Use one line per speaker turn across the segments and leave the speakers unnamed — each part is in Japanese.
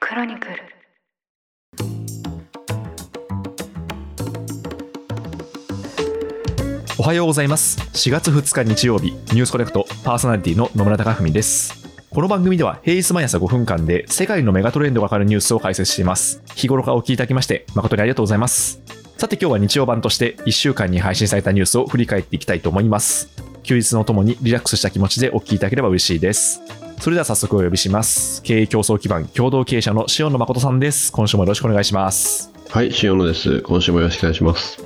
クロニクル
おはようございます4月2日日曜日ニュースコネクトパーソナリティの野村貴文ですこの番組では平日毎朝5分間で世界のメガトレンドがわかるニュースを解説しています日頃からお聞きいただきまして誠にありがとうございますさて今日は日曜版として1週間に配信されたニュースを振り返っていきたいと思います休日のともにリラックスした気持ちでお聞きいただければ嬉しいですそれでは早速お呼びします経営競争基盤共同経営者の塩野誠さんです今週もよろしくお願いします
はい、塩野です。今週もよろしくお願いします。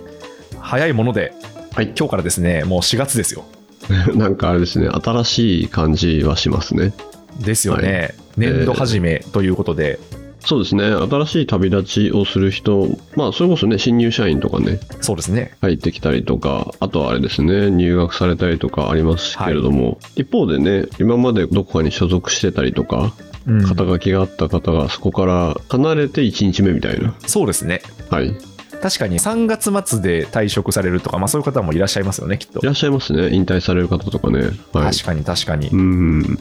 早いもので
はい、
今日からですねもう4月ですよ
なんかあれですね、新しい感じはしますね。
ですよね、年度始めということで、
そうですね、新しい旅立ちをする人、まあ、それこそね、新入社員とかね、
そうですね、
入ってきたりとか、あとはあれですね、入学されたりとかありますけれども、一方でね、今までどこかに所属してたりとか、
うん
肩書きがあった方がそこから離れて1日目みたいな。
そうですね、
はい。い
確かに3月末で退職されるとか、まあ、そういう方もいらっしゃいますよね、きっと。
らっしゃいますね、引退される方とかね。はい。
確かに、確かに
う。ん。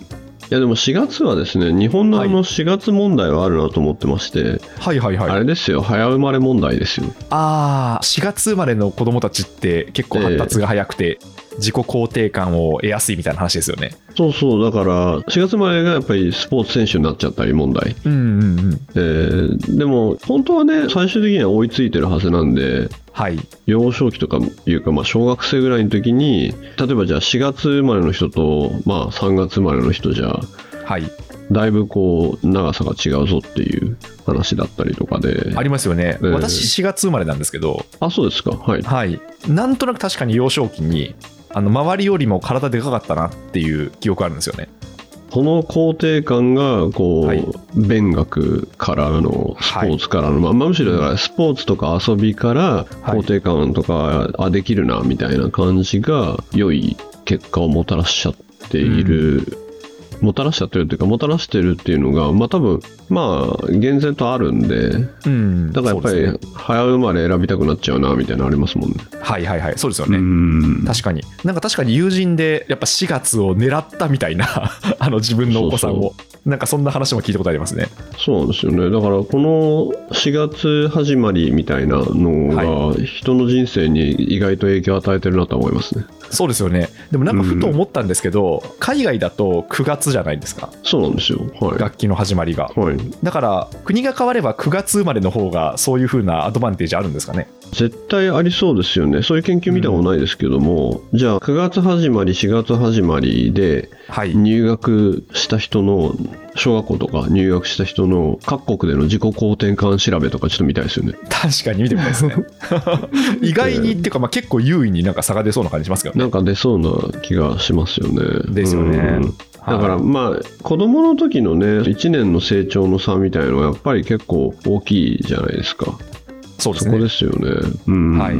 いやでも4月はですね、日本のあ
は
の4月問題はあるなと思ってまして、
はいはいはい。
あ
あ
れですよ、早生まれ問題ですよ。
あー、4月生まれの子供たちって結構発達が早くて、自己肯定感を得やすいみたいな話ですよね。
そうそう、だから、4月生まれがやっぱりスポーツ選手になっちゃったり問題。
うんうんうん。
えーでも、本当はね、最終的には追いついてるはずなんで、
はい。
幼少期とかいうか、まあ、小学生ぐらいの時に、例えばじゃあ4月生まれの人と、まあ、3月生まれの人じゃ、
はい。
だいぶこう、長さが違うぞっていう話だったりとかで。
ありますよね。
うん
私、4月生まれなんですけど、
あ、そうですか。はい。
はい。なんとなく確かに幼少期に、あの周りよりも体でかかったなっていう記憶あるんですよね。
この肯定感がこう、
はい
勉学からのスポーツからの、まあまあむしろだからスポーツとか遊びから
はい
肯定感とか、あできるなみたいな感じが良い結果をもたらしちゃっている、もたらしちゃってるっていうかもたらしてるっていうのがまあ多分まあ厳然とあるんで
うん。
だからやっぱ
そうです
り
ね
早生まれ選びたくなっちゃうなみたいなのありますもんね。
はいはいはい。そうですよね。
うん
確かになんか確かに友人でやっぱ4月を狙ったみたいな あの自分のお子さんをなんかそんな話も聞いたことありますね
そうなんですよねだからこの4月始まりみたいなのが人の人生に意外と影響を与えてるなと思いますね
そうですよねでもなんかふと思ったんですけど、海外だと9月じゃないですか
そうなんですよは
楽器の始まりが
い、はい、
だから国が変われば9月生まれの方がそういう風なアドバンテージあるんですかね
絶対ありそうですよねそういう研究見たことないですけども、じゃあ9月始まり4月始まりで
はい
入学した人の小学校とか入学した人の各国での自己肯定感調べとかちょっと見たいですよね
確かに見てみたいです ね意外にっていうか、まあ、結構優位になんか差が出そうな感じしますけどね
なんか出そうな気がしますよね
ですよね
うんだからまあ子供の時のね1年の成長の差みたいのはやっぱり結構大きいじゃないですか
そうです
そこ
ね
ですよねうん
はい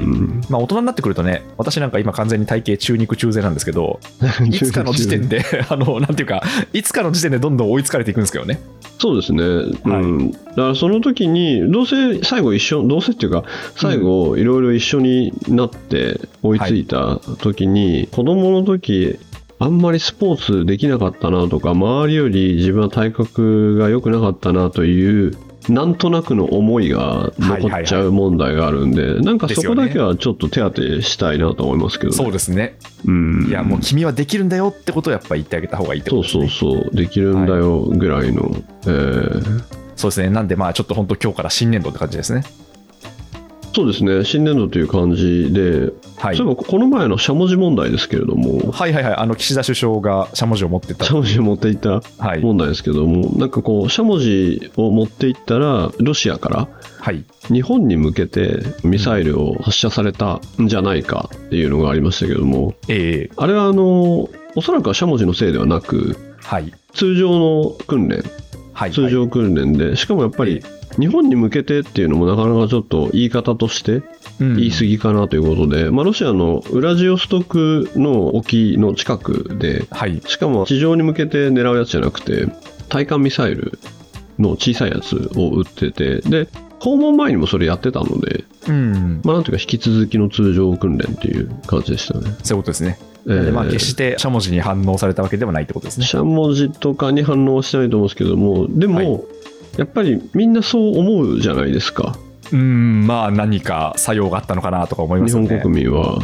まあ、大人になってくるとね、私なんか今完全に体型中肉中背なんですけど、いつかの時点で、 あの、なんていうか、いつかの時点でどんどん追いつかれていくんですけどね。
そうですね、うん、だからその時にどうせ最後一緒どうせっていうか最後いろいろ一緒になって追いついた時に、子供の時あんまりスポーツできなかったなとか周りより自分は体格が良くなかったなというなんとなくの思いが残っちゃう問題があるんで、なんかそこだけはちょっと手当てしたいなと思いますけど、
そうですね。
うん
いや、もう君はできるんだよってことをやっぱ言ってあげた方がいいってこと
そう
です
そ
ね。
うそうできるんだよぐらいの、えー
そうですね。なんで、まあ、ちょっと本当今日から新年度って感じですね。
そうですね新年度という感じで、
はい。
そういえばこの前のしゃもじ問題ですけれども、
はいはいはい。あの、岸田首相がしゃもじを持ってった
しゃ。もじを持っていった
はい。
問題ですけども、なんかこう、しゃもじを持っていったら、ロシアから
はい。
日本に向けてミサイルを発射されたんじゃないかっていうのがありましたけども、
ええ
あれはあのおそらくはしゃもじのせいではなく、
はい。
通常の訓練、
はい。
通
はい
常訓練で、しかもやっぱ
え
り、日本に向けてっていうのもなかなかちょっと言い方として
うん
言い過ぎかなということで、まあ、ロシアのウラジオストクの沖の近くで
はい。
しかも地上に向けて狙うやつじゃなくて対艦ミサイルの小さいやつを撃っててで訪問前にもそれやってたので、
うん。
まあ、なんていうか引き続きの通常訓練っていう感じでしたね。
そういうことですね。
えー
でまあ、決してしゃもじに反応されたわけではないってことですね。
しゃもじとかに反応はしてないと思うんですけどもでも、
はい
やっぱりみんなそう思うじゃないですか
うんまあ何か作用があったのかなとか思いま
日
すよ
本
ね
国民は、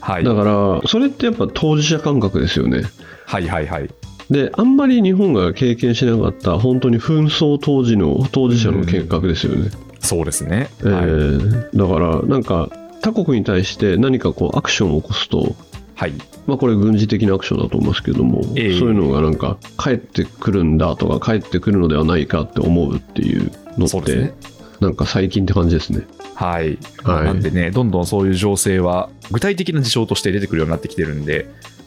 はい、
だからそれってやっぱ当事者感覚ですよね
はいはいはい
であんまり日本が経験しなかった本当に紛争当時の当事者の計画ですよね、
そうですね、
え
はい
ーだからなんか他国に対して何かこうアクションを起こすと
はい
まあ、これ軍事的なアクションだと思いますけども、
ええ
そういうのがなんか帰ってくるんだとか帰ってくるのではないかって思うっていうのっ
そう
て
ですね
なんか最近って感じですね。
はい、
はい
なんでねどんどんそういう情勢は具体的な事象として出てくるようになってきてるんで、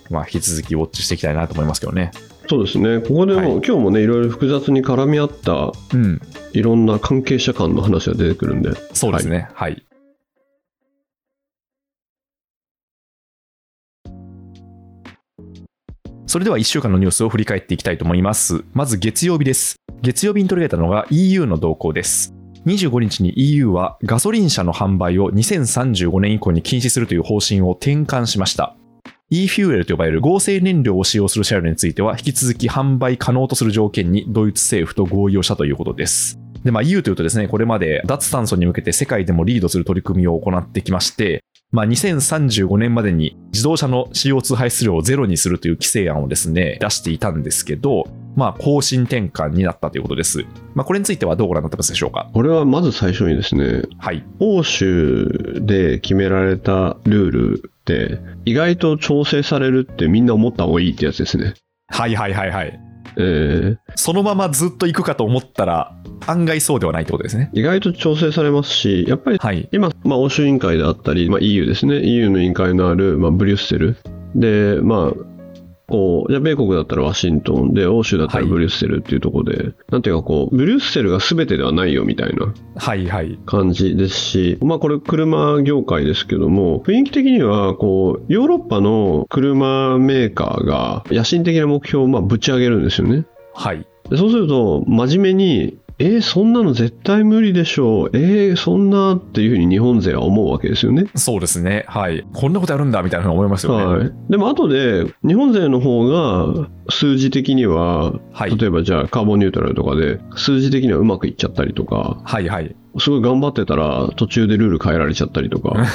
まあ、引き続きウォッチしていきたいなと思いますけどね
そうですねここでも、
はい
今日もねいろいろ複雑に絡み合った
うん
いろんな関係者間の話が出てくるんで
そうですねはい、それでは1週間のニュースを振り返っていきたいと思いますまず月曜日です月曜日に取り上げたのが EU の動向です25日に EU はガソリン車の販売を2035年以降に禁止するという方針を転換しました e フューエルと呼ばれる合成燃料を使用する車両については引き続き販売可能とする条件にドイツ政府と合意をしたということですで、まあ、EU というとですね、これまで脱炭素に向けて世界でもリードする取り組みを行ってきまして、まあ、2035年までに自動車の CO2 排出量をゼロにするという規制案をですね、出していたんですけど、まあ、方針転換になったということです。まあ、これについてはどうご覧になってますでしょうか
これはまず最初にですね
はい。
欧州で決められたルールって意外と調整されるってみんな思った方がいいってやつですね。
はいはいはいはい。
えー
そのままずっと行くかと思ったら、案外そうではないってことですね。
意外と調整されますしやっぱり
はい。
今、まあ、欧州委員会であったり、まあ、EU ですね EU の委員会のある、まあ、ブリュッセルでまあこうじゃあ米国だったらワシントンで欧州だったら
はい
ブリュッセルっていうところで、なんていうかこうブリュッセルが全てではないよみたいな
はいはい。
感じですし、まあ、これ車業界ですけども雰囲気的にはこうヨーロッパの車メーカーが野心的な目標をまあぶち上げるんですよね。
はい。
でそうすると真面目にえーそんなの絶対無理でしょうえーそんなっていうふうに日本勢は思うわけですよね。
そうですね。はい。こんなことやるんだみたいなふうに思いますよね。
はい、でも後で日本勢の方が数字的には、
はい
例えばじゃあカーボンニュートラルとかで数字的にはうまくいっちゃったりとか
はいはい。
すごい頑張ってたら途中でルール変えられちゃったりとか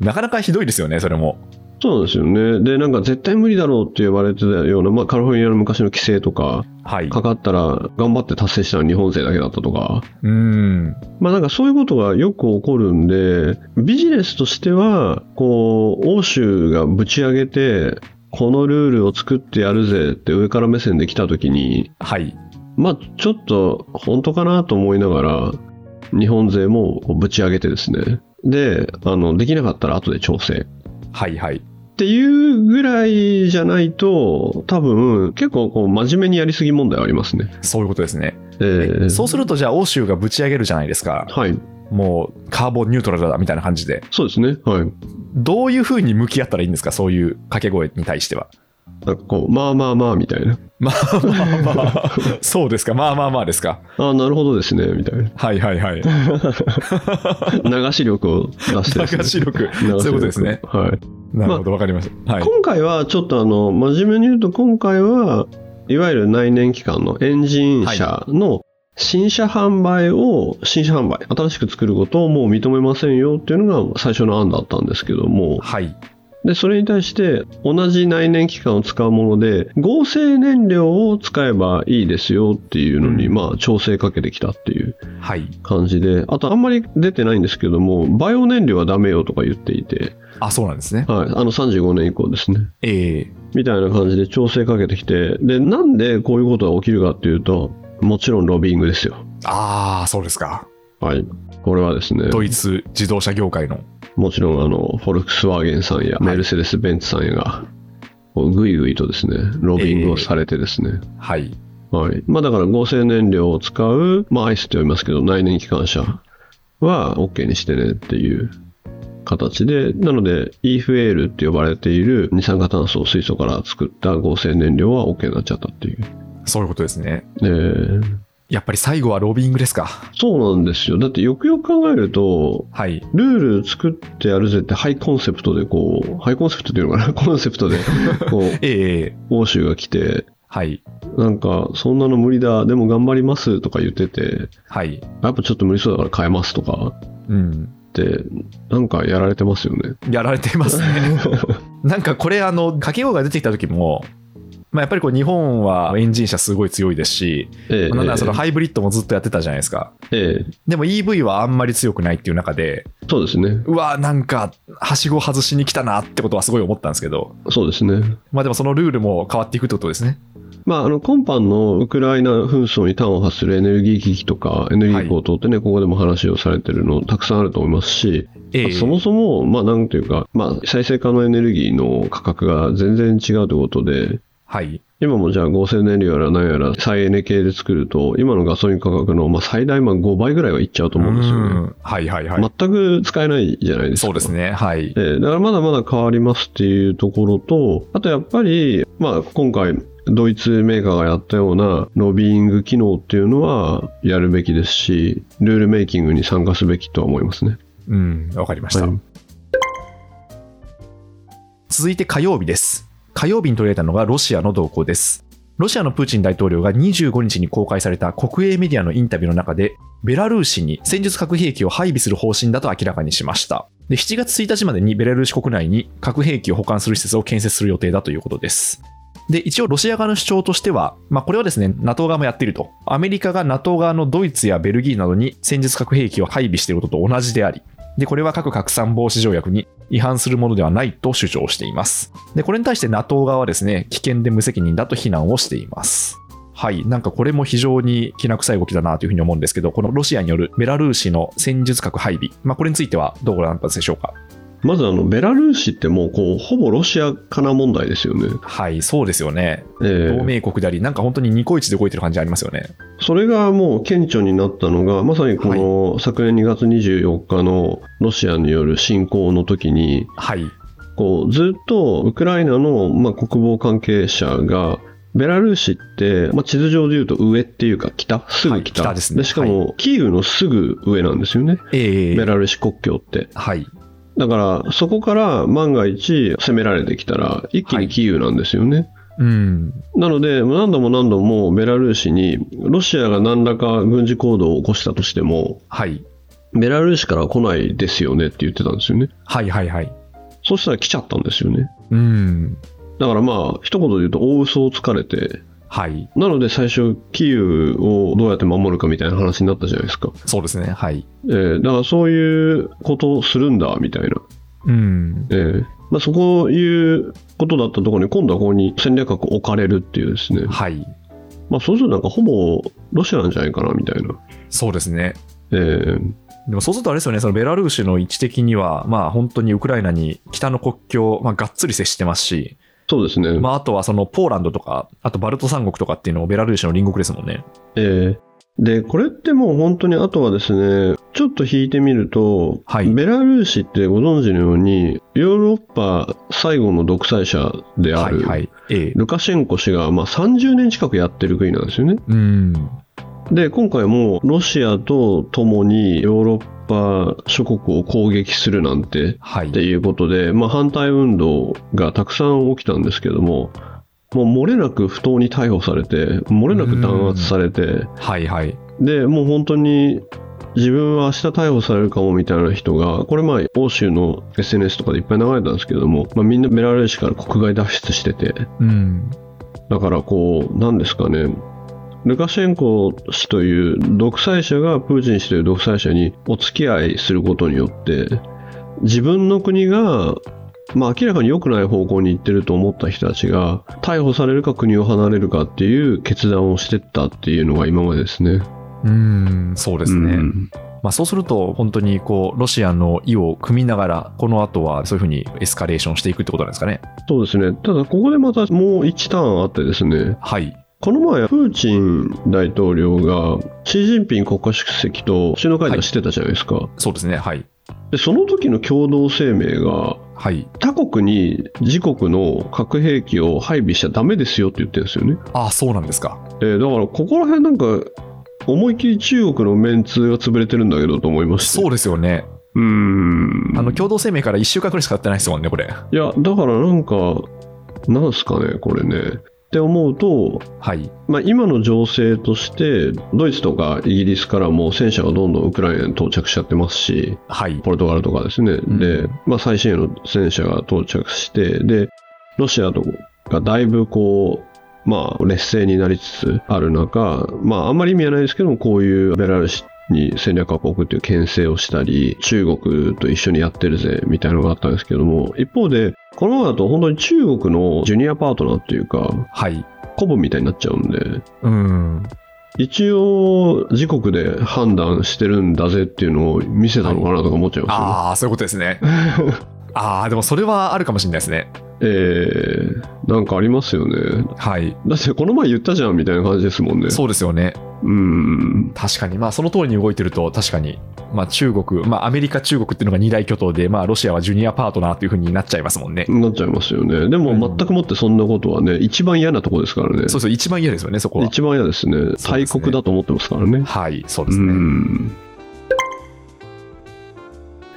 なかなかひどいですよね、それも。
そうなんですよねでなんか絶対無理だろうって言われてたような、まあ、カリフォルニアの昔の規制とか
はい。
かかったら頑張って達成したのは日本勢だけだったとか
うーん。
まあなんかそういうことがよく起こるんで、ビジネスとしては、こう、欧州がぶち上げて、このルールを作ってやるぜって上から目線で来たときに、
はい。
まあちょっと本当かなと思いながら、日本勢もこうぶち上げてですね。で、あの、できなかったら後で調整。
はいはい。
っていうぐらいじゃないと、多分結構こう真面目にやりすぎ問題はありますね。
そういうことですね。
えー
そうすると、じゃあ、欧州がぶち上げるじゃないですか。
はい。
もう、カーボンニュートラルだみたいな感じで。
そうですね。はい。
どういうふうに向き合ったらいいんですか、そういう掛け声に対しては。
なんかこう、まあまあまあみたいな。
まあまあまあ、 そうですか、まあまあまあですか。
ああ、なるほどですね、みた いな。
はいはいはい。
流し力を出してですね
流し力
流し力
そういうことですね
はい。
なるほど、わかりました。はい。
今回はちょっとあの、真面目に言うと今回は、いわゆる内燃機関のエンジン車の新車販売を、新車販売、新しく作ることをもう認めませんよっていうのが最初の案だったんですけども、
はい。
で、それに対して同じ内燃機関を使うもので、合成燃料を使えばいいですよっていうのに、
うん
まあ調整かけてきたっていう
はい。
感じで、あとあんまり出てないんですけども、バイオ燃料はダメよとか言っていて、
あ、そうなんですね。
はい、あの35年以降ですね。
ええ
みたいな感じで調整かけてきて、で、なんでこういうことが起きるかっていうと、もちろんロビーイングですよ。
ああ、そうですか。
はい。これはですね、
ドイツ自動車業界の。
もちろんあの、フォルクスワーゲンさんや、
い
メルセデス・ベンツさんやが、こうぐいぐいとですね、ロビーイングをされてですね、
はい。
はい。まあだから合成燃料を使う、まあアイスって呼びますけど、内燃機関車は OK にしてねっていう形で、なので EFL って呼ばれている二酸化炭素を水素から作った合成燃料は OK になっちゃったっていう。
そういうことですね。
えー
やっぱり最後はロビーイングですか。
そうなんですよ。だってよくよく考えると、
はい。
ルール作ってやるぜってハイコンセ プトでこう、ハイコンセプトっていうのかなコンセプトで、こう、
ええ
欧州が来て、
はい。
なんか、そんなの無理だ、でも頑張りますとか言ってて、
はい。
やっぱちょっと無理そうだから変えますとか
うん。
って、なんかやられてますよ ね。
やられてます ね。なんかこれ、あの、掛け声が出てきた時も、まあ、やっぱりこう日本はエンジン車すごい強いですし、
ええ
なんならそのハイブリッドもずっとやってたじゃないですか。
ええ
でも EV はあんまり強くないっていう中で、
そうですね。
うわ、なんか、はしご外しに来たなってことはすごい思ったんですけど、
そうですね。
まあでもそのルールも変わっていくってことですね。
まあ、あの、今般のウクライナ紛争に端を発するエネルギー危機とか、エネルギー高騰ってね、ここでも話をされてるの、たくさんあると思いますし、
ええ
そもそも、まあ、なんていうか、まあ、再生可能エネルギーの価格が全然違うということで、
はい。
今もじゃあ合成燃料やら何やら再エネ系で作ると、今のガソリン価格のまあ最大まあ5倍ぐらいはいっちゃうと思うんですよね。
んはいはいはい。
全く使えないじゃないですか。
そうですね。はい。
ええだからまだまだ変わりますっていうところと、あとやっぱり、まあ、今回、ドイツメーカーがやったようなロビーイング機能っていうのはやるべきですし、ルールメイキングに参加すべきとは思いますね。
うん、わかりました。
はい
続いて火曜日です。火曜日に取り上げたのがロシアの動向です。ロシアのプーチン大統領が25日に公開された国営メディアのインタビューの中で、ベラルーシに戦術核兵器を配備する方針だと明らかにしました。で7月1日までにベラルーシ国内に核兵器を保管する施設を建設する予定だということです。で一応、ロシア側の主張としては、まあ、これはですね NATO 側もやっていると、アメリカが NATO 側のドイツやベルギーなどに戦術核兵器を配備していることと同じであり、でこれは核拡散防止条約に違反するものではないと主張しています。でこれに対して NATO 側はですね危険で無責任だと非難をしています。はい、なんかこれも非常にきな臭い動きだなというふうに思うんですけど、このロシアによるベラルーシの戦術核配備、まあ、これについてはどうご覧になったでしょうか。
まずあの、ベラルーシってもうこう、ほぼロシアかな問題ですよね。
はい、そうですよね。
ええ
同盟国であり、なんか本当にニコイチで動いてる感じありますよね。
それがもう顕著になったのが、まさにこの昨年2月24日のロシアによる侵攻の時に、
はい、
こうずっとウクライナの、まあ、国防関係者が、ベラルーシって、まあ、地図上でいうと上っていうか北、すぐ北,、
はい北ですね
しかも、キーウのすぐ上なんですよね、
え
ベラルーシ国境って。
はい、
だから、そこから万が一攻められてきたら、一気にキーウなんですよね。
うん、
なので、何度も何度もベラルーシに、ロシアが何らか軍事行動を起こしたとしても、
はい、
ベラルーシから来ないですよねって言ってたんですよね。
はい、はい、はい、
そしたら来ちゃったんですよね。
うん、
だからまあ、一言で言うと大嘘をつかれて、
はい、
なので最初、キーウをどうやって守るかみたいな話になったじゃないですか。
そうですね、はい、
えーだからそういうことをするんだ、みたいな。
うん、
えーまあ、そういうことだったところに、今度はここに戦略核を置かれるっていうですね。
はい、
まあ、そうするとなんかほぼロシアなんじゃないかな、みたいな。
そうですね。
えー
でもそうするとあれですよね、そのベラルーシの位置的には、まあ、本当にウクライナに北の国境、まあ、がっつり接してますし、
そうですね。
まあ、あとはそのポーランドとか、あとバルト三国とかっていうのもベラルーシの隣国ですもんね。
えーで、これってもう本当にあとはですね、ちょっと引いてみると、
はい
ベラルーシってご存知のように、ヨーロッパ最後の独裁者であ
はい
る、
はい。ええ。
ルカシェンコ氏がまあ30年近くやってる国なんですよね。
うん。
で、今回もロシアと共にヨーロッパ諸国を攻撃するなんて
はい
って。いうことで、まあ、反対運動がたくさん起きたんですけども、もう漏れなく不当に逮捕されて、漏れなく弾圧されて、
はいはい。
で、もう本当に自分は明日逮捕されるかもみたいな人が、これまあ欧州の SNS とかでいっぱい流れたんですけども、まあ、みんなベラルーシから国外脱出してて、
うん。
だからこう、なんですかね、ルカシェンコ氏という独裁者がプーチン氏という独裁者にお付き合いすることによって、自分の国が、まあ、明らかに良くない方向に行ってると思った人たちが、逮捕されるか国を離れるかっていう決断をしてったっていうのが今までですね。
うん、そうですね。
うん
まあ、そうすると、本当にこうロシアの意を組みながら、この後はそういうふうにエスカレーションしていくってことなんですかね。
そうですね。ただ、ここでまたもう1ターンあってですね、
はい。
この前、プーチン大統領が、シー・ジンピン国家主席と首脳会談してたじゃないですか。
そうですね。はい。
でその時の共同声明が
はい。
他国に自国の核兵器を配備しちゃダメですよって言ってるんですよね、
ああ、そうなんですか。
えーだからここら辺なんか思いっきり中国のメンツが潰れてるんだけどと思いました
そうですよね。
うーん
あの共同声明から1週間くらいしか経ってないですもんね、これ。
いやだからなんかなんすかねこれねって思うと、
はい。
まあ、今の情勢としてドイツとかイギリスからも戦車がどんどんウクライナに到着しちゃってますし
はい。
ポルトガルとかですね、
ん
で、まあ、最新鋭の戦車が到着してでロシアとかがだいぶこう、まあ、劣勢になりつつある中、まあ、あんまり意味はないですけどもこういうベラルーシに戦略核を置くっていう牽制をしたり中国と一緒にやってるぜみたいなのがあったんですけども一方でこのままだと本当に中国のジュニアパートナーっていうか
はい。
コブみたいになっちゃうんで
うん。
一応自国で判断してるんだぜっていうのを見せたのかなとか思っちゃいま
ああ、そういうことです ね。ああ、でもそれはあるかもしれないですね。
すね。えー、なんかありますよね。
はい。
だってこの前言ったじゃんみたいな感じですもんね。
そうですよね。
う。ん。
確かに、まあ、その通りに動いてると、確かに、まあ、中国、まあ、アメリカ、中国っていうのが二大巨頭で、まあ、ロシアはジュニアパートナーというふうになっちゃいますもんね。
なっちゃいますよね。でも
うん
全くもってそんなことはね、一番嫌なとこですからね。
そうそう、一番嫌ですよね、そこは。
一番嫌ですね。
そうで
大
すね
国だと思ってますからね。
はい、そうで
う
すね。
ん。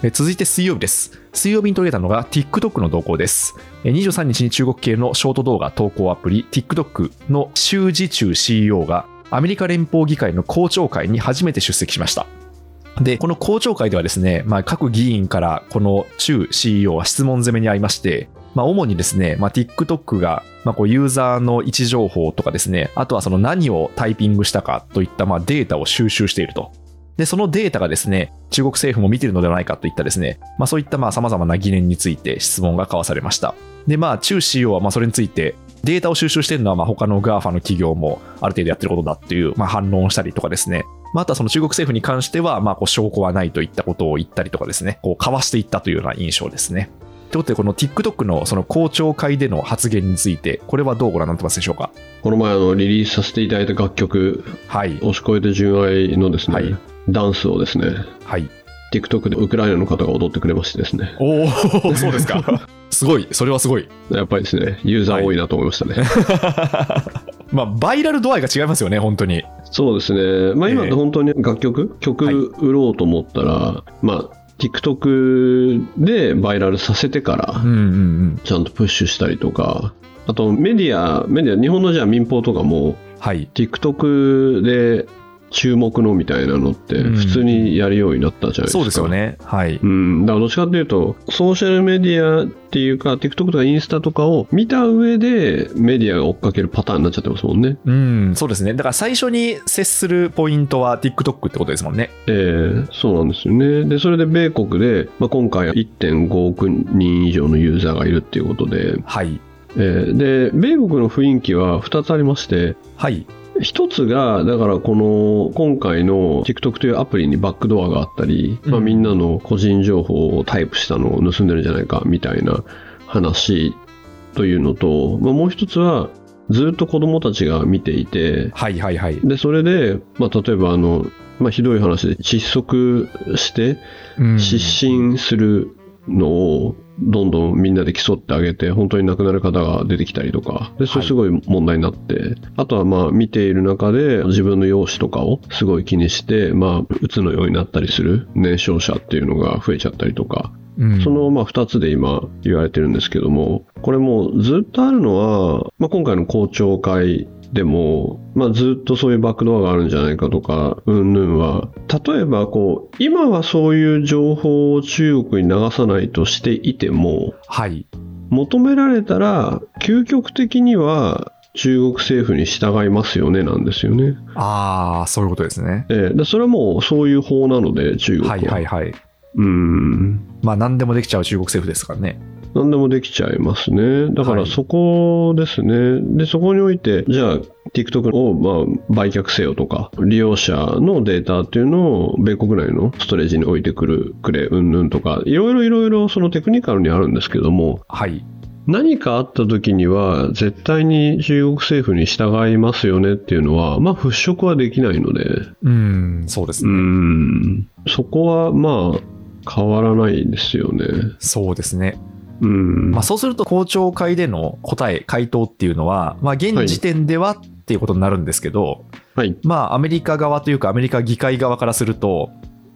え続いて水曜日です。水曜日に取り上げたのが TikTok の動向です。え23日に中国系のショート動画投稿アプリ TikTok の周次中 CEO がアメリカ連邦議会の公聴会に初めて出席しました。で、この公聴会ではですね、まあ、各議員からこの中 CEO は質問攻めにあいまして、まあ、主にですね、まあ、TikTok が、まあ、こうユーザーの位置情報とかですね、あとはその何をタイピングしたかといったまあデータを収集していると。で、そのデータがですね、中国政府も見てるのではないかといったですね、まあそういったまあ様々な疑念について質問が交わされました。で、まあ中 CEO はまあそれについて、データを収集しているのはまあ他の GAFA の企業もある程度やってることだっていうまあ反論をしたりとかですね、まあ、あとはその中国政府に関しては、まあこう証拠はないといったことを言ったりとかですね、こう交わしていったというような印象ですね。ということで、この TikTok のその公聴会での発言について、これはどうご覧になってますでしょうか
この前あのリリースさせていただいた楽曲、
はい。
押し越えて純愛のですね、
はい
ダンスをですね、
はい。
TikTok でウクライナの方が踊ってくれましてですね。
おおそうです か。すごい。それはすごい。
やっぱりですね、ユーザー多いなと思いましたね。
まあ、バイラル度合いが違いますよね、本当に。
そうですね、まあ、今って本当に楽曲、
はい
曲売ろうと思ったら、まあ、TikTok でバイラルさせてから
うん、うん
ちゃんとプッシュしたりとか、あとメディア、メディア、日本のじゃあ民放とかも、
うん。はい。
TikTok で注目のみたいなのって、
うん
普通にやるようになったじゃないですか。
そうですよね。はい。
うん、だからどっちかっていうと、ソーシャルメディアっていうか、TikTok とかインスタとかを見た上で、メディアが追っかけるパターンになっちゃってますもんね。
うん、そうですね。だから最初に接するポイントは TikTok ってことですもんね。
えーそうなんですよね。で、それで米国で、まあ、今回1.5億人以上のユーザーがいるっていうことで、
はい。
えーで、米国の雰囲気は2つありまして、
はい。
一つが、だからこの今回の TikTok というアプリにバックドアがあったり、ま
う
あ、
ん
みんなの個人情報をタイプしたのを盗んでるんじゃないかみたいな話というのと、まあ、もう一つは、ずっと子供たちが見ていて、
はいはいはい。
で、それで、まあ、例えばあの、まあ、ひどい話で窒息して、
うん
失神するのをどんどんみんなで競ってあげて本当に亡くなる方が出てきたりとかでそ
は
れ
い
すごい問題になって、あとはまあ見ている中で自分の容姿とかをすごい気にしてまあうつのようになったりする年少者っていうのが増えちゃったりとか
うん
そのまあ2つで今言われてるんですけどもこれもうずっとあるのは、まあ、今回の公聴会でも、まあ、ずっとそういうバックドアがあるんじゃないかとかうんぬんは例えばこう今はそういう情報を中国に流さないとしていても
はい。
求められたら究極的には中国政府に従いますよねなんですよね、
ああ、そういうことですね。
ええでそれはもうそういう法なので中国は、
はいはいはい。
うん
まあ、何でもできちゃう中国政府ですからね。
何でもできちゃいますね。だか
は
ら
い
そこですね。で、そこにおいて、じゃあ、TikTok をまあ売却せよとか、利用者のデータっていうのを米国内のストレージに置いてくる、くれ、うんぬんとか、いろいろいろいろそのテクニカルにあるんですけども、
はい。
何かあった時には、絶対に中国政府に従いますよねっていうのは、まあ払拭はできないので、
うん、そうです
う
ね。
ん、そこはまあ変わらないですよね。
そうですね。
うん。
まあ、そうすると公聴会での答え、回答っていうのは、まあ、現時点ではっていうことになるんですけど、
はい。
まあ、アメリカ側というか、アメリカ議会側からすると、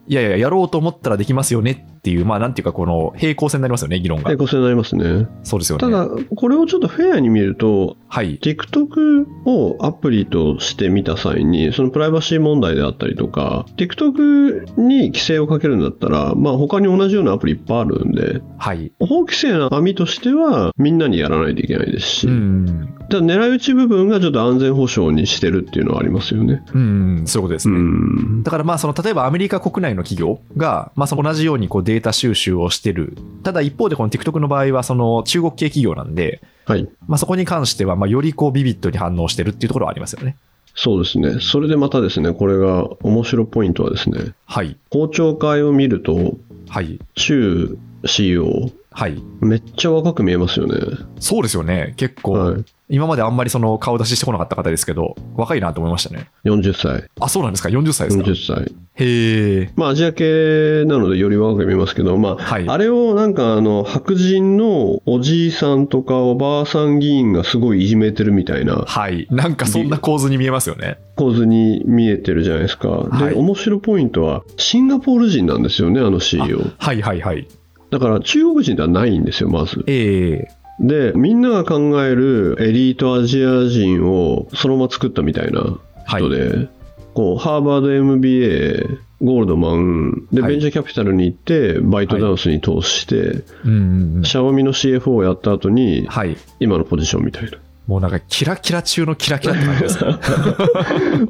いやいや、やろうと思ったらできますよねっていう、まあなんていうかこの平行線になりますよね、議論が
平。行線になりますね。
そうですよ
た
ね。
だ、これをちょっとフェアに見ると、
はい。
TikTok をアプリとして見た際に、そのプライバシー問題であったりとか、TikTok に規制をかけるんだったら、まあ他に同じようなアプリいっぱいあるんで、
はい。
法規制の網としては、みんなにやらないといけないですし、
うん。
ただ狙い撃ち部分がちょっと安全保障にしてるっていうのはありますよね。
うん、そういうことです
う
ね。
ん。
だからまあその例えばアメリカ国内の企業がまあその同じようにこうデータ収集をしてる。ただ一方でこの TikTok の場合はその中国系企業なんで、
はい。
まあそこに関してはまあよりこうビビッドに反応してるっていうところはありますよね。
そうですね。それでまたですね、これが面白いポイントはですね、
はい。
公聴会を見ると、
はい。
中 CEO、
はい。
めっちゃ若く見えますよね。
そうですよね。結構、
はい。
今まであんまりその顔出ししてこなかった方ですけど、若いなと思いましたね。
40歳、
あ、そうなんですか。40歳ですか。
40歳。
へえ。
まあ、アジア系なのでより若く見えますけど、まあ、
はい
あれをなんかあの白人のおじいさんとかおばあさん議員がすごいいじめてるみたいな
はい。なんかそんな構図に見えますよね。
構図に見えてるじゃないですか。で、
はい
面白いポイントは、シンガポール人なんですよね、あの CEO。
はいはいはい。
だから中国人ではないんですよ、まず。
ええ
で、みんなが考えるエリートアジア人をそのまま作ったみたいな
はい
人で、こうハーバード MBA ゴールドマンで、
はい
ベンチャーキャピタルに行ってバイトダンスに投資して、
うんうんうん。
シャオミの CFO をやった後に
はい。
今のポジションみたいな
もうなんかキラキラ中のキラキラって感じですね。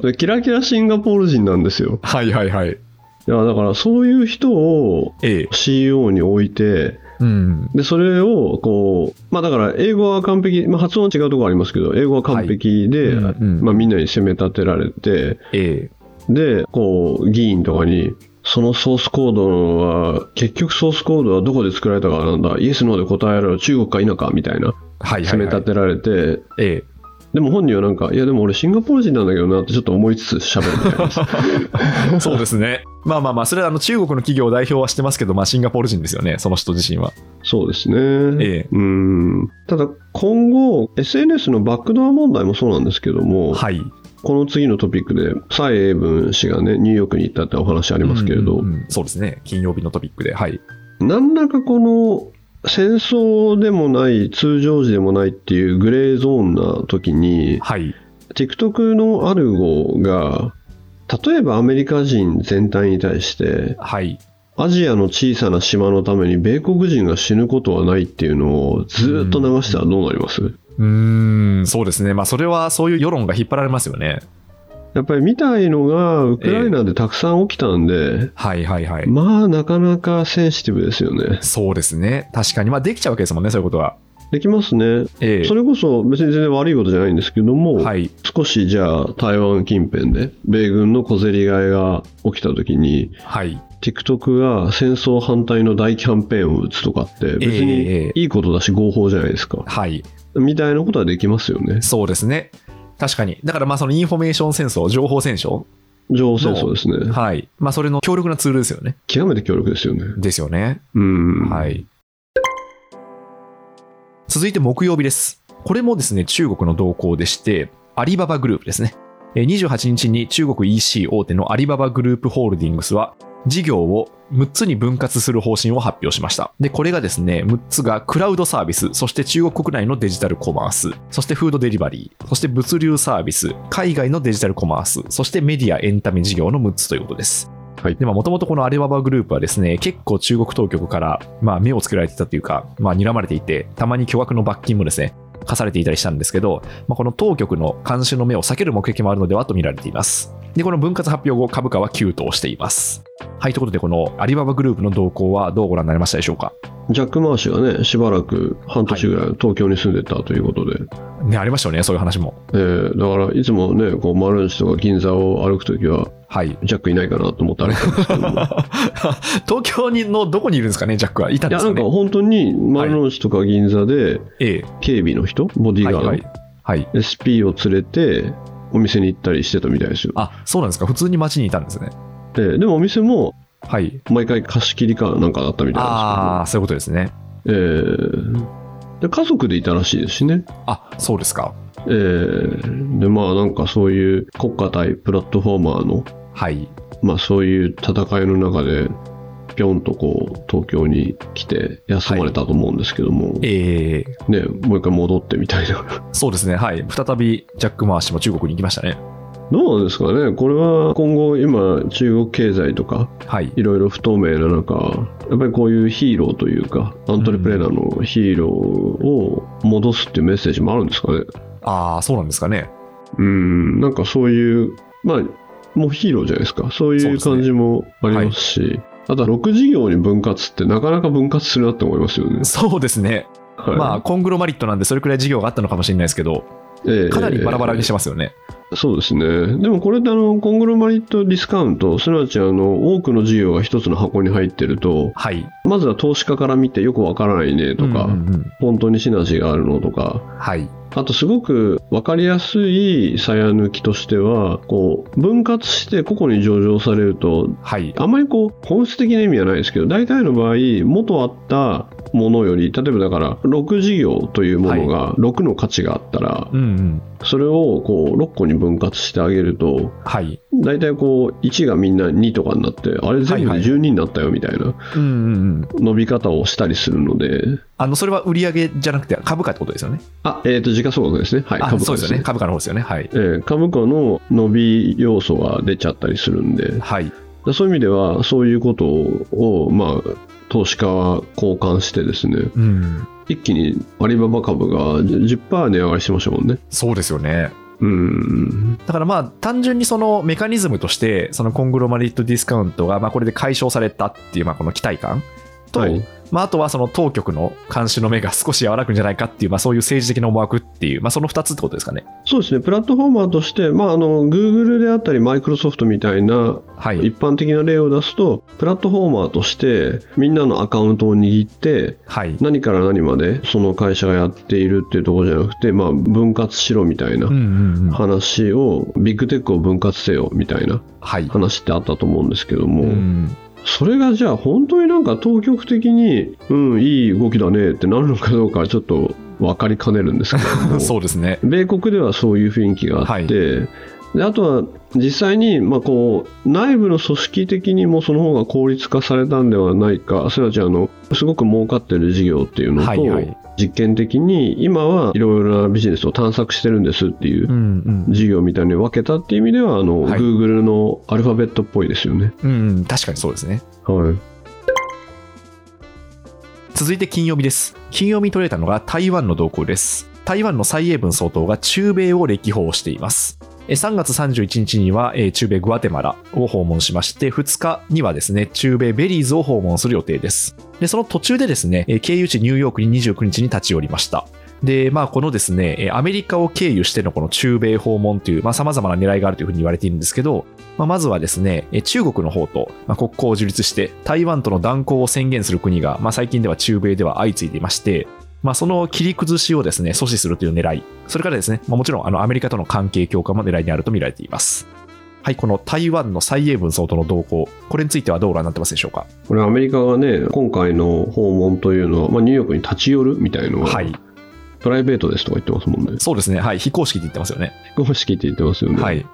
でキラキラシンガポール人なんですよ
はいはいはい。
いやだからそういう人を
ええ。
CEO に置いて
うん。
でそれをこうまあだから英語は完璧、まあ、発音は違うところありますけど英語は完璧
はい
で、
うんうん
まあ、みんなに責め立てられて
ええ。
でこう議員とかにそのソースコードは結局ソースコードはどこで作られたかなんだイエスノーで答えろよ中国か否かみたいな
はいは
責
い、
め
は
立
い。
てられて、
ええ。
でも本人はなんか、いやでも俺シンガポール人なんだけどなってちょっと思いつつ喋るみ たいな。
そうですね。まあまあまあ、それはあの中国の企業を代表はしてますけど、まあシンガポール人ですよね、その人自身は。
そうですね。
ええ
うん。ただ今後、SNS のバックドア問題もそうなんですけども、
はい。
この次のトピックで、蔡英文氏がね、ニューヨークに行ったってお話ありますけれど、
うんうんうんそうですね。金曜日のトピックで。はい。
何らかこの、戦争でもない、通常時でもないっていうグレーゾーンな時に、
はい。
TikTok のアルゴが、例えばアメリカ人全体に対して、
はい。
アジアの小さな島のために米国人が死ぬことはないっていうのをずーっと流したらどうなります、
うーん、そうですね。まあ、それはそういう世論が引っ張られますよね。
やっぱり見たいのがウクライナでたくさん起きたんで、
はいはいはい。
まあなかなかセンシティブですよね。
そうですね。確かに。まあ、できちゃうわけですもんね、そういうことは。
できますね。
ええ
それこそ別に全然悪いことじゃないんですけども、
はい。
少しじゃあ台湾近辺で米軍の小競り合いが起きた時に
はい。
TikTok が戦争反対の大キャンペーンを打つとかって別
え
に
え
いいことだし合法じゃないですか。
はい。
みたいなことはできますよね。
そうですね。確かに。だから、まあ、そのインフォメーション戦争、情報戦争。
情報戦争ですね。
はい。まあ、それの強力なツールですよね。
極めて強力ですよね。
ですよね。
うん。
は。い。続いて木曜日です。これもですね、中国の動向でして、アリババグループですね。えー28日に中国 EC 大手のアリババグループホールディングスは、事業を6つに分割する方針を発表しました。で、これがですね、6つがクラウドサービス、そして中国国内のデジタルコマース、そしてフードデリバリー、そして物流サービス、海外のデジタルコマース、そしてメディアエンタメ事業の6つということです。で、もともとこのアリババグループはですね、結構中国当局から、まあ、目をつけられてたというか、まあ、睨まれていて、たまに巨額の罰金もですね、課されていたりしたんですけど、まあ、この当局の監視の目を避ける目的もあるのではと見られています。で、この分割発表後、株価は急騰しています。はい、ということで、このアリババグループの動向はどうご覧になりましたでしょうか。
ジャック・マー氏がね、しばらく半年ぐらい東京に住んでたということで、
ね、ありましたよね、そういう話も。
えーだからいつもね、こう丸の内とか銀座を歩くときは、
はい。
ジャックいないかなと思っ て歩いてたんですけども、い
東京にのどこにいるんですかね、ジャックは。いたんで
や、
す
な
か
んか
ね。
本当に丸の内とか銀座で、
え
警備の人、ボデ
え。
ィ
はい、
ーガード、
はい。はい。
SP を連れて、お店に行ったりしてたみたいですよ。
あ、そうなんですか。普通に街にいたんですね。
えーでもお店も
はい。
毎回貸し切りかなんかだったみたい
あ
な
あ、そういうことですね。
んですけど、えーで家族でいたらしいですしね。
あそうですか。
えーでまあなんかそういう国家対プラットフォーマーの、
はい。
まあ、そういう戦いの中でぴょんとこう東京に来て休まれたと思うんですけども、
ええ
ね、もう一回戻ってみたいな
そうですね。はい。再び、ジャック・マー氏も中国に行きましたね。
どうなんですかねこれは今後今中国経済とか
はい。
いろいろ不透明な中やっぱりこういうヒーローというかアントレプレナーのヒーローを戻すっていうメッセージもあるんですかね
ああ、そうなんですかね。
うんなんかそういうまあもうヒーローじゃないですか
そ
そう
う
い
で
う
すね
感じもありますしあとは6事業に分割ってなかなか分割するなって思いますよね、
そうですね。
はい
まあ、コングロマリットなんで、それくらい事業があったのかもしれないですけど、
ええ
かなりバラバラにしてますよね。
そうですね。でもこれってあの、コングロマリットディスカウント、すなわちあの、多くの事業が一つの箱に入ってると、
はい。
まずは投資家から見てよくわからないねとか、
うんうんうん
本当にシナジーがあるのとか、
はい。
あとすごくわかりやすい鞘抜きとしては、こう、分割して個々に上場されると、
はい。
あまりこう本質的な意味はないですけど大体の場合元あったものより例えばだから6事業というものが6の価値があったら、
うんうん。
それをこう6個に分割してあげると
はい。
大体こう1がみんな2とかになってあれ全部
はいは
で
い
12になったよみたいな
うんうんうん。
伸び方をしたりするので、
あの、それは売上じゃなくて株価ってことですよね。
あえっ、と時価総額ですねはい
あ、
株
そ
価
う
で
です
す
よね。
ね
株価の方ですよね。はい。
えー株価の伸び要素が出ちゃったりするんで
はい。
そういう意味ではそういうことをまあ投資家は交換してですね
うん。
一気にアリババ株が10%値上がりしましたもんね
そうですよね。
うん
だからまあ、単純にそのメカニズムとして、そのコングロマリットディスカウントが、まあ、これで解消されたっていう、まあ、この期待感と、
はい
まあ、あとはその当局の監視の目が少し柔らくんじゃないかっていう、まあ、そういう政治的な思惑っていう、まあ、その2つってことですかね。
そうですねプラットフォーマーとして、まあ、あの Google であったりマイクロソフトみたいな
はい。
一般的な例を出すとプラットフォーマーとしてみんなのアカウントを握って
はい。
何から何までその会社がやっているっていうところじゃなくて、まあ、分割しろみたいな
うんうんうん。
話をビッグテックを分割せよみたいな
はい。
話ってあったと思うんですけども、
うん。
それがじゃあ本当になんか当局的にうんいい動きだねってなるのかどうかはちょっと分かりかねるんですけども
そうですね。
米国ではそういう雰囲気があって、
はい
であとは実際に、まあ、こう内部の組織的にもその方が効率化されたんではないかすなわちあのすごく儲かってる事業っていうのと、
はいはい
実験的に今はいろいろなビジネスを探索してるんですっていううん
うん。
事業みたいに分けたっていう意味ではあの、
はい
Google のアルファベットっぽいですよね。
うんうん、確かにそうですね。
はい
続いて金曜日です。金曜日に取れたのが台湾の動向です。台湾の蔡英文総統が中米を歴訪しています。えー3月31日にはえー中米グアテマラを訪問しまして、2日にはですね、中米ベリーズを訪問する予定です。で、その途中でですね、えー経由地ニューヨークに29日に立ち寄りました。で、まあ、このですね、えーアメリカを経由してのこの中米訪問という、まあ、様々な狙いがあるというふうに言われているんですけど、まあ、まずはですね、えー中国の方と、まあ、国交を樹立して、台湾との断交を宣言する国が、まあ、最近では中米では相次いでいまして、まあ、その切り崩しをですね、阻止するという狙い、それからですね、まあ、もちろんあのアメリカとの関係強化も狙いにあると見られています。はい、この台湾の蔡英文総統の動向、これについてはどうご覧になってますでしょうか。
これアメリカがね今回の訪問というのは、まあ、ニューヨークに立ち寄るみたいのは、
はい、
プライベートですとか言ってますもんね
そうですね、はい、非公式って言ってますよね。
非公式って言ってますよね、
はい、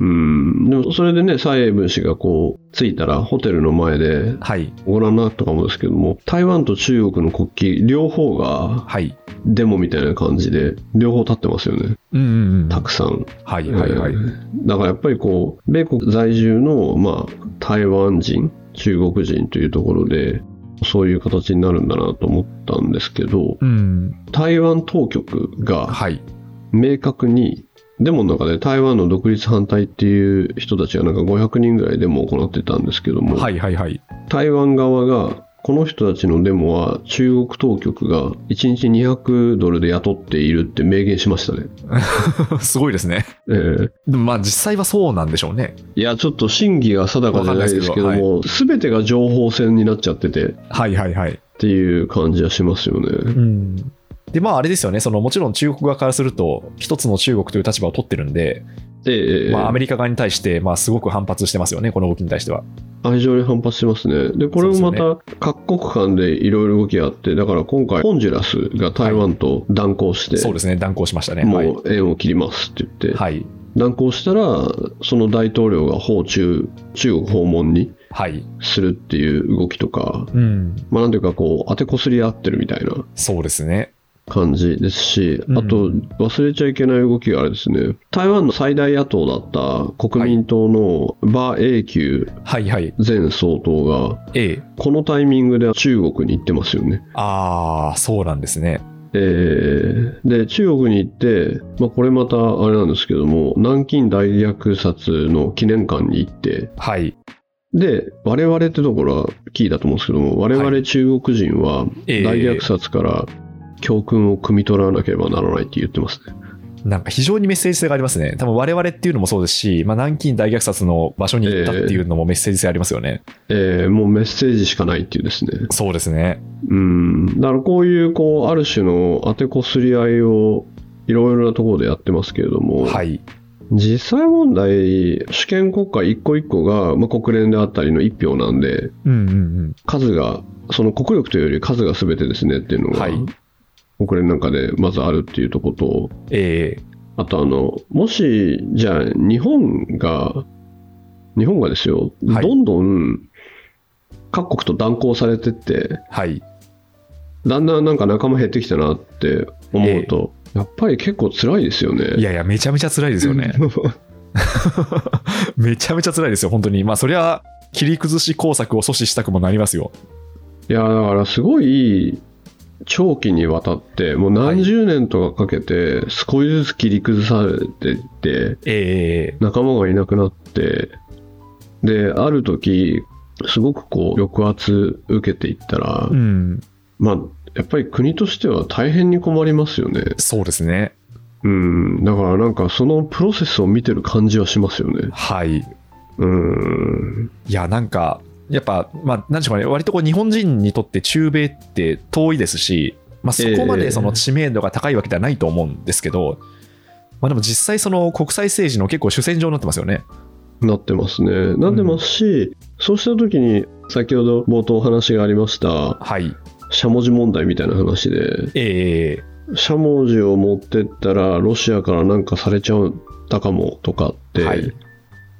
うんでもそれでね蔡英文氏がこう着いたらホテルの前で
はい、
ご覧になったかもですけども台湾と中国の国旗両方が
はい。
デモみたいな感じで両方立ってますよね
うんうんうん。
たくさん、
はいはいはい。
えーだからやっぱりこう米国在住の、まあ、台湾人中国人というところでそういう形になるんだなと思ったんですけど
うん。
台湾当局が
はい。
明確に、デモの中で台湾の独立反対っていう人たちがなんか500人ぐらいデモを行ってたんですけども、
はいはいはい。
台湾側がこの人たちのデモは中国当局が1日200ドルで雇っているって明言しましたね。
すごいですね。
えー
でもまあ実際はそうなんでしょうね。
いや、ちょっと真偽が定かじゃないですけど
わかんないですけど
も、すべ、てが情報戦になっちゃっててっ
はいはいはい。
ていう感じはしますよね。
うん。でまああれですよね、そのもちろん中国側からすると、一つの中国という立場を取ってるんで、
ええ
まあ、アメリカ側に対して、まあ、すごく反発してますよね、この動きに対しては。
非常に反発してますね。で、これ
そ
も
う
ま
ですよ
た各国間でいろいろ動きがあって、だから今回、ホンジュラスが台湾と断交して、
そうですね、断交しましたね。はい。
もう縁を切りますって言って、
はい。
断交したらその大統領が訪中中国訪問に
はい。
するっていう動きとか、
うん。
まあ、なんていうかこう当てこすり合ってるみたいな
そうですね。
感じですし、
うん
あと忘れちゃいけない動きがあれですね台湾の最大野党だった国民党の馬英九
はいはい。
前総統が
A。
このタイミングで中国に行ってますよね。
ああ、そうなんですね。
えーで中国に行って、まあ、これまたあれなんですけども南京大虐殺の記念館に行って
はい。
で我々ってところはキーだと思うんですけども我
は
々中国人は
え
大
ー
虐殺から教訓を汲み取らなければならないって言ってますね。
なんか非常にメッセージ性がありますね。多分我々っていうのもそうですし、まあ、南京大虐殺の場所に行ったっていうのもメッセージ性ありますよね。
えーもうメッセージしかないっていうですね。
そうですね。
うん。だからこういうこうある種の当てこすり合いをいろいろなところでやってますけれども、
はい。
実際問題、主権国家一個一個が、まあ、国連であったりの一票なんで、
うんうん
数が、その国力というより数が全てですねっていうの
うん。
が、
はい。
国連なんかでまずあるっていうところと、
え
あとあの、もし、じゃあ日本が、日本がですよ、
はい
どんどん各国と断交されてって、
ーはい。
だんだんなんか仲間減ってきたなって思うと、やっぱり結構辛いですよね。
いやいや、めちゃめちゃ辛いですよね。 めちゃめちゃ辛いですよ、本当に。まあ、そりゃ、切り崩し工作を阻止したくもなりますよ。
いやだからすごい長期にわたってもう何十年とかかけて少しずつ切り崩されていって
ええ
仲間がいなくなってである時すごくこう抑圧受けていったら、
うん、
まあやっぱり国としては大変に困りますよね
そうですね。
うんだからなんかそのプロセスを見てる感じはしますよね
はい。い
うん
や、なんか、やっぱ、まあ、なんでしょうかね、割とこう日本人にとって中米って遠いですし、まあ、そこま
え
で
え
その知名度が高いわけではないと思うんですけど、まあ、でも実際、その国際政治の結構主戦場になってますよね。
なってますねなってますし、そうした時に先ほど冒頭お話がありました
はい。
しゃもじ問題みたいな話で
ええ
しゃもじを持ってったらロシアからなんかされちゃったかもとかって、
はい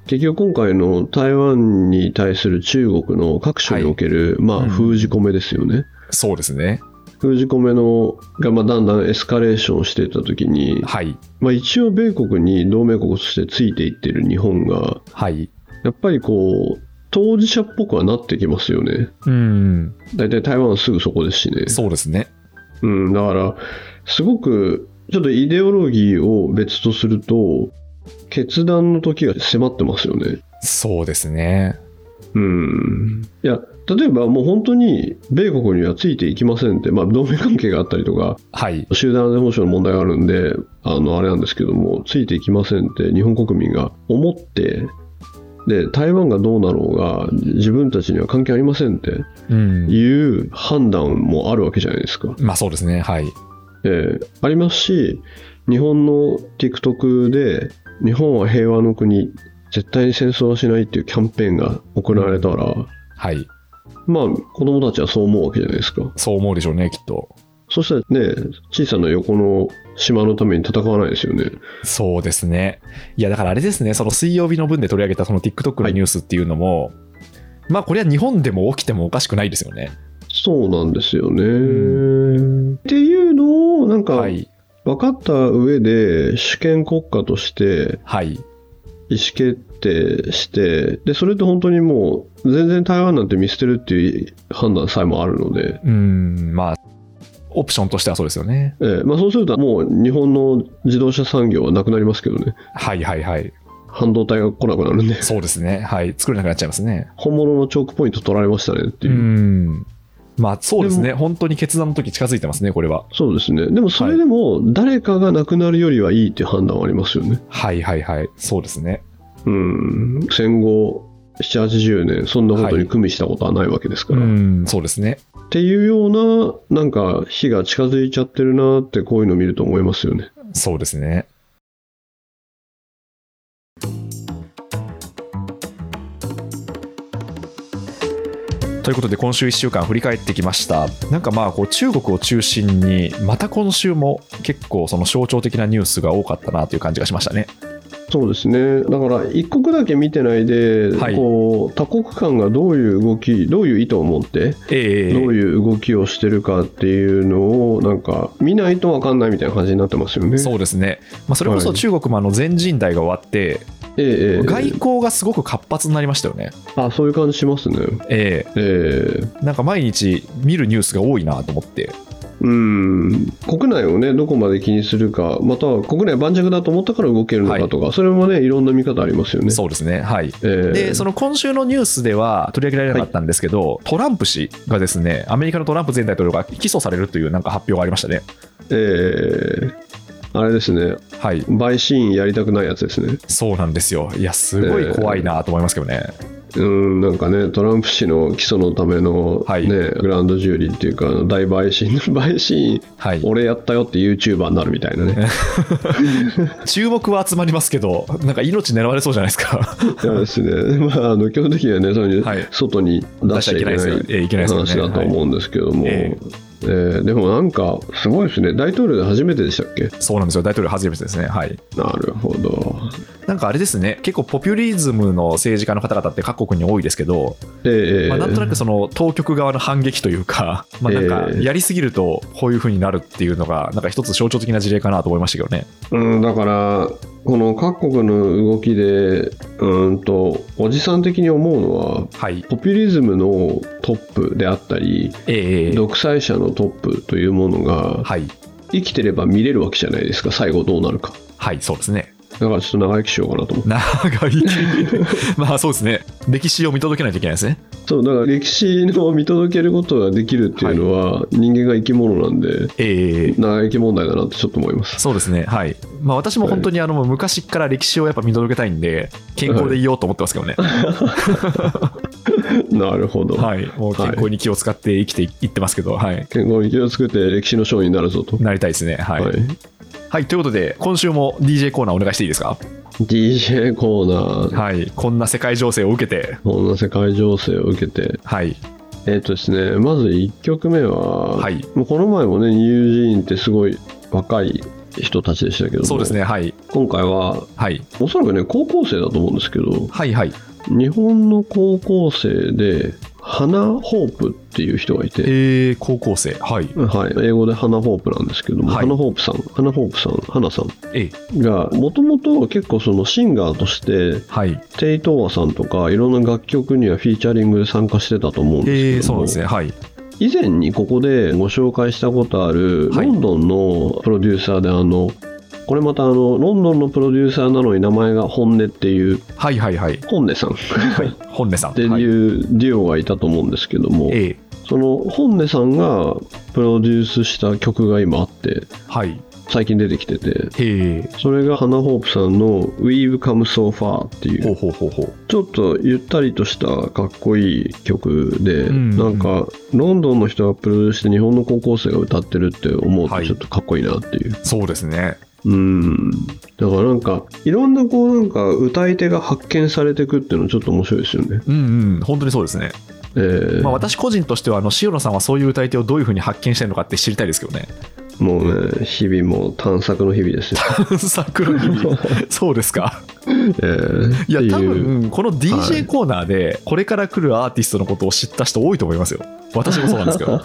結局今回の台湾に対する中国の各所における、まあ
うん
封じ込めですよね、
そうですね。
封じ込めのがまあだんだんエスカレーションしていった時に、
はい。
まあ、一応米国に同盟国としてついていってる日本が
はい。
やっぱりこう当事者っぽくはなってきますよね
うん、
大体台湾はすぐそこですしね
そうですね。
うん、だから、すごく、ちょっとイデオロギーを別とすると、決断の時が迫ってますよね。
そうですね。
うん。いや、例えばもう本当に、米国にはついていきませんって、まあ、同盟関係があったりとか、
はい。
集団安全保障の問題があるんで、あの、あれなんですけども、ついていきませんって日本国民が思って、で、台湾がどうなろうが、自分たちには関係ありませんって
うん。
いう判断もあるわけじゃないですか。
まあ、そうですね。はい。
えーありますし日本の TikTok で日本は平和の国絶対に戦争はしないっていうキャンペーンが行われたら、
はい。
まあ子供たちはそう思うわけじゃないですか
そう思うでしょうね、きっと。
そしたらね小さな横の島のために戦わないですよね
そうですね。いや、だからあれですね、その水曜日の分で取り上げたその TikTok のニュースっていうのも、まあ、これは日本でも起きてもおかしくないですよね。
そうなんですよね、
う
っていうのをなんか
はい。
分かった上で主権国家として
はい。
意思決定してでそれって本当にもう全然台湾なんて見捨てるっていう判断さえもあるので
うん、まあ、オプションとしてはそうですよね。
ええまあ、そうすると、もう日本の自動車産業はなくなりますけどね、
はいはいはい。
半導体が来なくなるんで、
そうですね。はい。作れなくなっちゃいますね。
本物のチョークポイント取られましたねって
う
いう、
ん。まあ、そうですね。本当に決断の時近づいてますね、これは。
そうですね、でもそれでも、誰かがなくなるよりはいいっていう判断はありますよね、
はいはいはい。そうですね。
うん、戦後7、80年、そんなことに組みしたことはないわけですか
う
ら、
ん、そうですね。
っていうような、なんか、火が近づいちゃってるなって、こういうの見ると思いますよね。
そうですね。ということで今週1週間振り返ってきましたなんかまあこう中国を中心にまた今週も結構その象徴的なニュースが多かったなという感じがしましたね
そうですねだから一国だけ見てないで、
はい
こう多国間がどういう動きどういう意図を持って
ええ
どういう動きをしてるかっていうのをなんか見ないと分かんないみたいな感じになってますよね。
そうですね、まあ、それこそ
はい
中国もあの全人代が終わって、
ええええ
外交がすごく活発になりましたよね。
あそういう感じしますね。
ええ
ええ
なんか毎日見るニュースが多いなと思って、
うん国内をねどこまで気にするかまたは国内盤石だと思ったから動けるのかとか、それもねいろんな見方ありますよね。
そうですね、はい。
ええ
で、その今週のニュースでは取り上げられなかったんですけど、トランプ氏がですね、アメリカのトランプ前大統領が起訴されるというなんか発表がありましたね。
ええあれですね
はい、
陪審員やりたくないやつですね。
そうなんですよ。いや、すごい怖いなと思いますけどね。
うんなんかねトランプ氏の起訴のための、ね
はい
グランドジュリーっていうか大陪審 陪審員
はい、
俺やったよって YouTuber になるみたいなね
注目は集まりますけど、なんか命狙われそうじゃないですか。
いやですね、 まあ、あの基本的にはねそういう
はい
外に出しちゃいけない
出しちゃいけないですよええいけないですよね
話だと思うんですけども、
はいえ
えーでもなんかすごいですね大統領で初めてでしたっけ
そうなんですよ、大統領初めてですね。はい、
なるほど
なんかあれですね、結構ポピュリズムの政治家の方々って各国に多いですけど、
ええ
まあ、なんとなくその当局側の反撃というか、まあ、なんか
ええ
やりすぎるとこういう風になるっていうのが、なんか一つ象徴的な事例かなと思いましたけどね。
うん、だからこの各国の動きでうんとおじさん的に思うのは
はい、
ポピュリズムのトップであったり
ええ
独裁者のトップというものが
はい、
生きてれば見れるわけじゃないですか最後どうなるか
はい、そうですね。
だからちょっと長生きしようかなと思って
長生き。 まあそうですね、歴史を見届けないといけないですね。
そうだから歴史の見届けることができるっていうのは、人間が生き物なんで
ええ
長生き問題だなってちょっと思います
そうですね、はい。まあ、私も本当にあのもう昔から歴史をやっぱ見届けたいんで、健康でいようと思ってますけどね、
なるほど、
はい、 もう健康に気を使って生きていいってますけど、はい、
健康に気をつけて歴史の商人になるぞと
なりたいですね。はい、
は
はいいということで、今週も DJ コーナーお願いしていいですか、
DJ コーナー、
はい、こんな世界情勢を受けて、
こんな世界情勢を受けて、
はい、
えっ、とですね、まず1曲目は、
はい
もうこの前もね、ニュージーンってすごい若い人たちでしたけども
そうですね、はい、
今回は、
はい、
おそらくね、高校生だと思うんですけど、
はい、はい、
日本の高校生で、花ホープっていう人がいて、
えー、高校生、はい、
はい、英語で花ホープなんですけども、
はい
花ホープさん、花ホープさん、花さん
え
が、もともと結構そのシンガーとして、
はい、
テイトーアさんとか、いろんな楽曲にはフィーチャリングで参加してたと思うんですけど
えー、そうな
も、
んですね、はい、
以前にここでご紹介したことある
は
ロ
い
ンドンのプロデューサーであのこれまたあのロンドンのプロデューサーなのに名前が本音っていう
はい、はい、 はい、
本音さんっ
本音さん、
て
はい、
いうデュオがいたと思うんですけども、
えー、
その本音さんがプロデュースした曲が今あって
はい、
最近出てきてて
えー、
それが花ホープさんの「We've Come So Far」ってい
ほう
う
ほうほうほう。
ちょっとゆったりとしたかっこいい曲で、
ん
なんかロンドンの人がプロデュースして日本の高校生が歌ってるって思う
は
と
い
ちょっとかっこいいなっていう、
そうですね。
うんだからなんかいろんなこうなんか歌い手が発見されてくっていうのちょっと面白いですよね、
うんうん、本当にそうですね。
えー
まあ、私個人としては、あの塩野さんはそういう歌い手をどういうふうに発見してるのかって知りたいですけどね。
もうね日々もう探索の日々ですよ、
桜木 そうですか。
えー
いや
って、
多
う
分、この DJ コーナーで、これから来るアーティストのことを知った人多いと思いますよ。私もそうなんです けど。
あ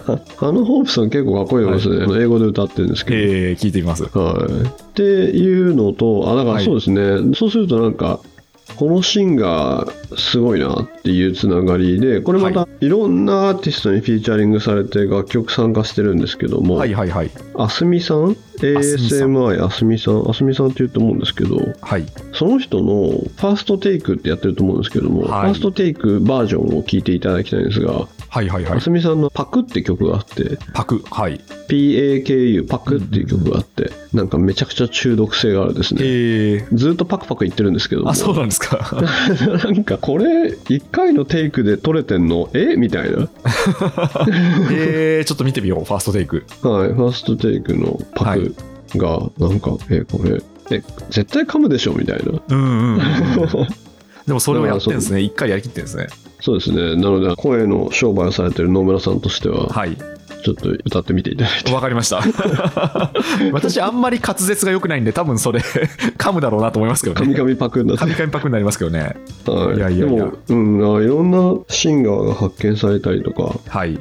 のホープさん結構かっこいいですね、英語で歌ってるんですけど、
えー、聞いてみます。
はい、っていうのとあだから
はい
そうですね、そうするとなんかこのシンガーすごいなっていうつながりでこれまたいろんなアーティストにフィーチャリングされて楽曲参加してるんですけども、
はいはいはい。
あすみさん
すみさん
ASMI あすみさんあすみさんって言うと思うんですけど
はい。
その人のファーストテイクってやってると思うんですけども、
はい
ファーストテイクバージョンを聞いていただきたいんですが、
はいはいは
あ
い
す。みさんの「パク」って曲があって
パク。はい。
PAKU パクっていう曲があって、なんかめちゃくちゃ中毒性があるですね
えー、
ずっとパクパク言ってるんですけども
あ、そうなんですか。
なんかこれ1回のテイクで撮れてんのえみたいな、はい、
えー、ちょっと見てみよう、ファーストテイク。
ファーストテイクのパクがなんか、えこれえ絶対噛むでしょみたい な
うんうんうんうん。でもそれをやってるんですね。一回やりきってるんですね。
そうですねなので声の商売をされてる野村さんとしては
はい。
ちょっと歌ってみていただいて。
わかりました。 私、あんまり滑舌が良くないんで、多分それ、 噛むだろうなと思いますけど
カミ
ね。
カミパクになって
噛み噛みパクになりますけどね。
はいい、
やいやいや
でも、うん、あいろんなシンガーが発見されたりとか
はい。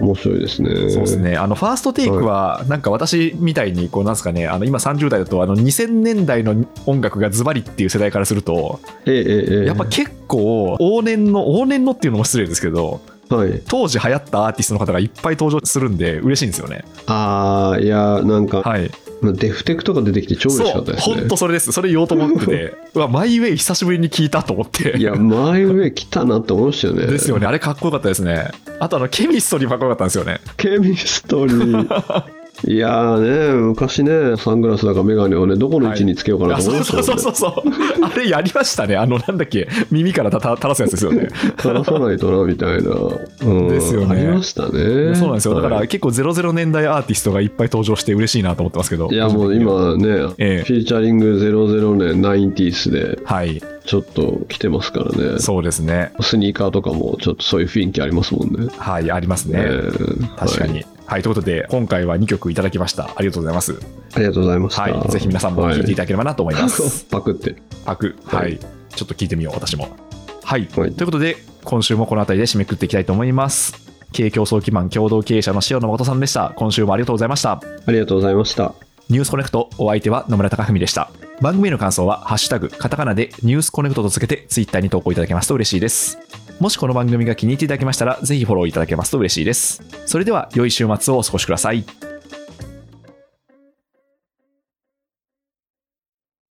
面白いですね。
そうですね、あのファーストテイクは、なんか私みたいに、こうなんですかね、あの今30代だと、あの2000年代の音楽がズバリっていう世代からすると、
ええええ
やっぱ結構、往年の、往年のっていうのも失礼ですけど、
はい。
当時流行ったアーティストの方がいっぱい登場するんで、嬉しいんですよね。
ああいやなんか、
はい、
まあデフテクとか出てきて超嬉しか
そ
っ
う
た、ですね。
本当それです、それ言おうと思ってて、 うわ、マイ・ウェイ、久しぶりに聞いたと思って。
いや前上来たなって思いましたよね。
ですよね、あれかっこよかったですね。あと、あの、ケミストリーもかっこよかったんですよね。
ケミストリー。 いやーね昔ねサングラスだかメガネをねどこの位置につけようかな
あ
と思い
そう
ました
そう
もん
そう
ね
そうそう。あれやりましたね。あの、なんだっけ、耳からたた垂らすやつですよね。
垂らさないとなみたいな、うん、
ですよね
ありましたね
そうなんですよ。だから
はい
結構00年代アーティストがいっぱい登場して嬉しいなと思ってますけど。
いやもう今ね、
ええ
フィーチャリング00年 90s で
はい、
ちょっと来てますからね
そうですね。
スニーカーとかもちょっとそういう雰囲気ありますもんね
はい、ありますね。
えー
確か
はい
に。はい、ということで、今回は2曲いただきました。ありがとうございます。
ありがとうございました、
はい、ぜひ皆さんも聴いてい
た
ただければなと思います。
パクって
パク、は
はい
い、ちょっと聞いてみよう、私も。はい、
はい
ということで、今週もこの辺りで締めくくっていきたいと思います。経営競争基盤共同経営者の塩野誠さんでした。今週もありがとうございました。
ありがとうございました
ニュースコネクト、お相手は野村貴文でした。番組への感想は、ハッシュタグ、カタカナでニュースコネクトとつけて、ツイッターに投稿いただけますと嬉しいです。もしこの番組が気に入っていただけましたら、ぜひフォローいただけますと嬉しいです。それでは、良い週末をお過ごしください。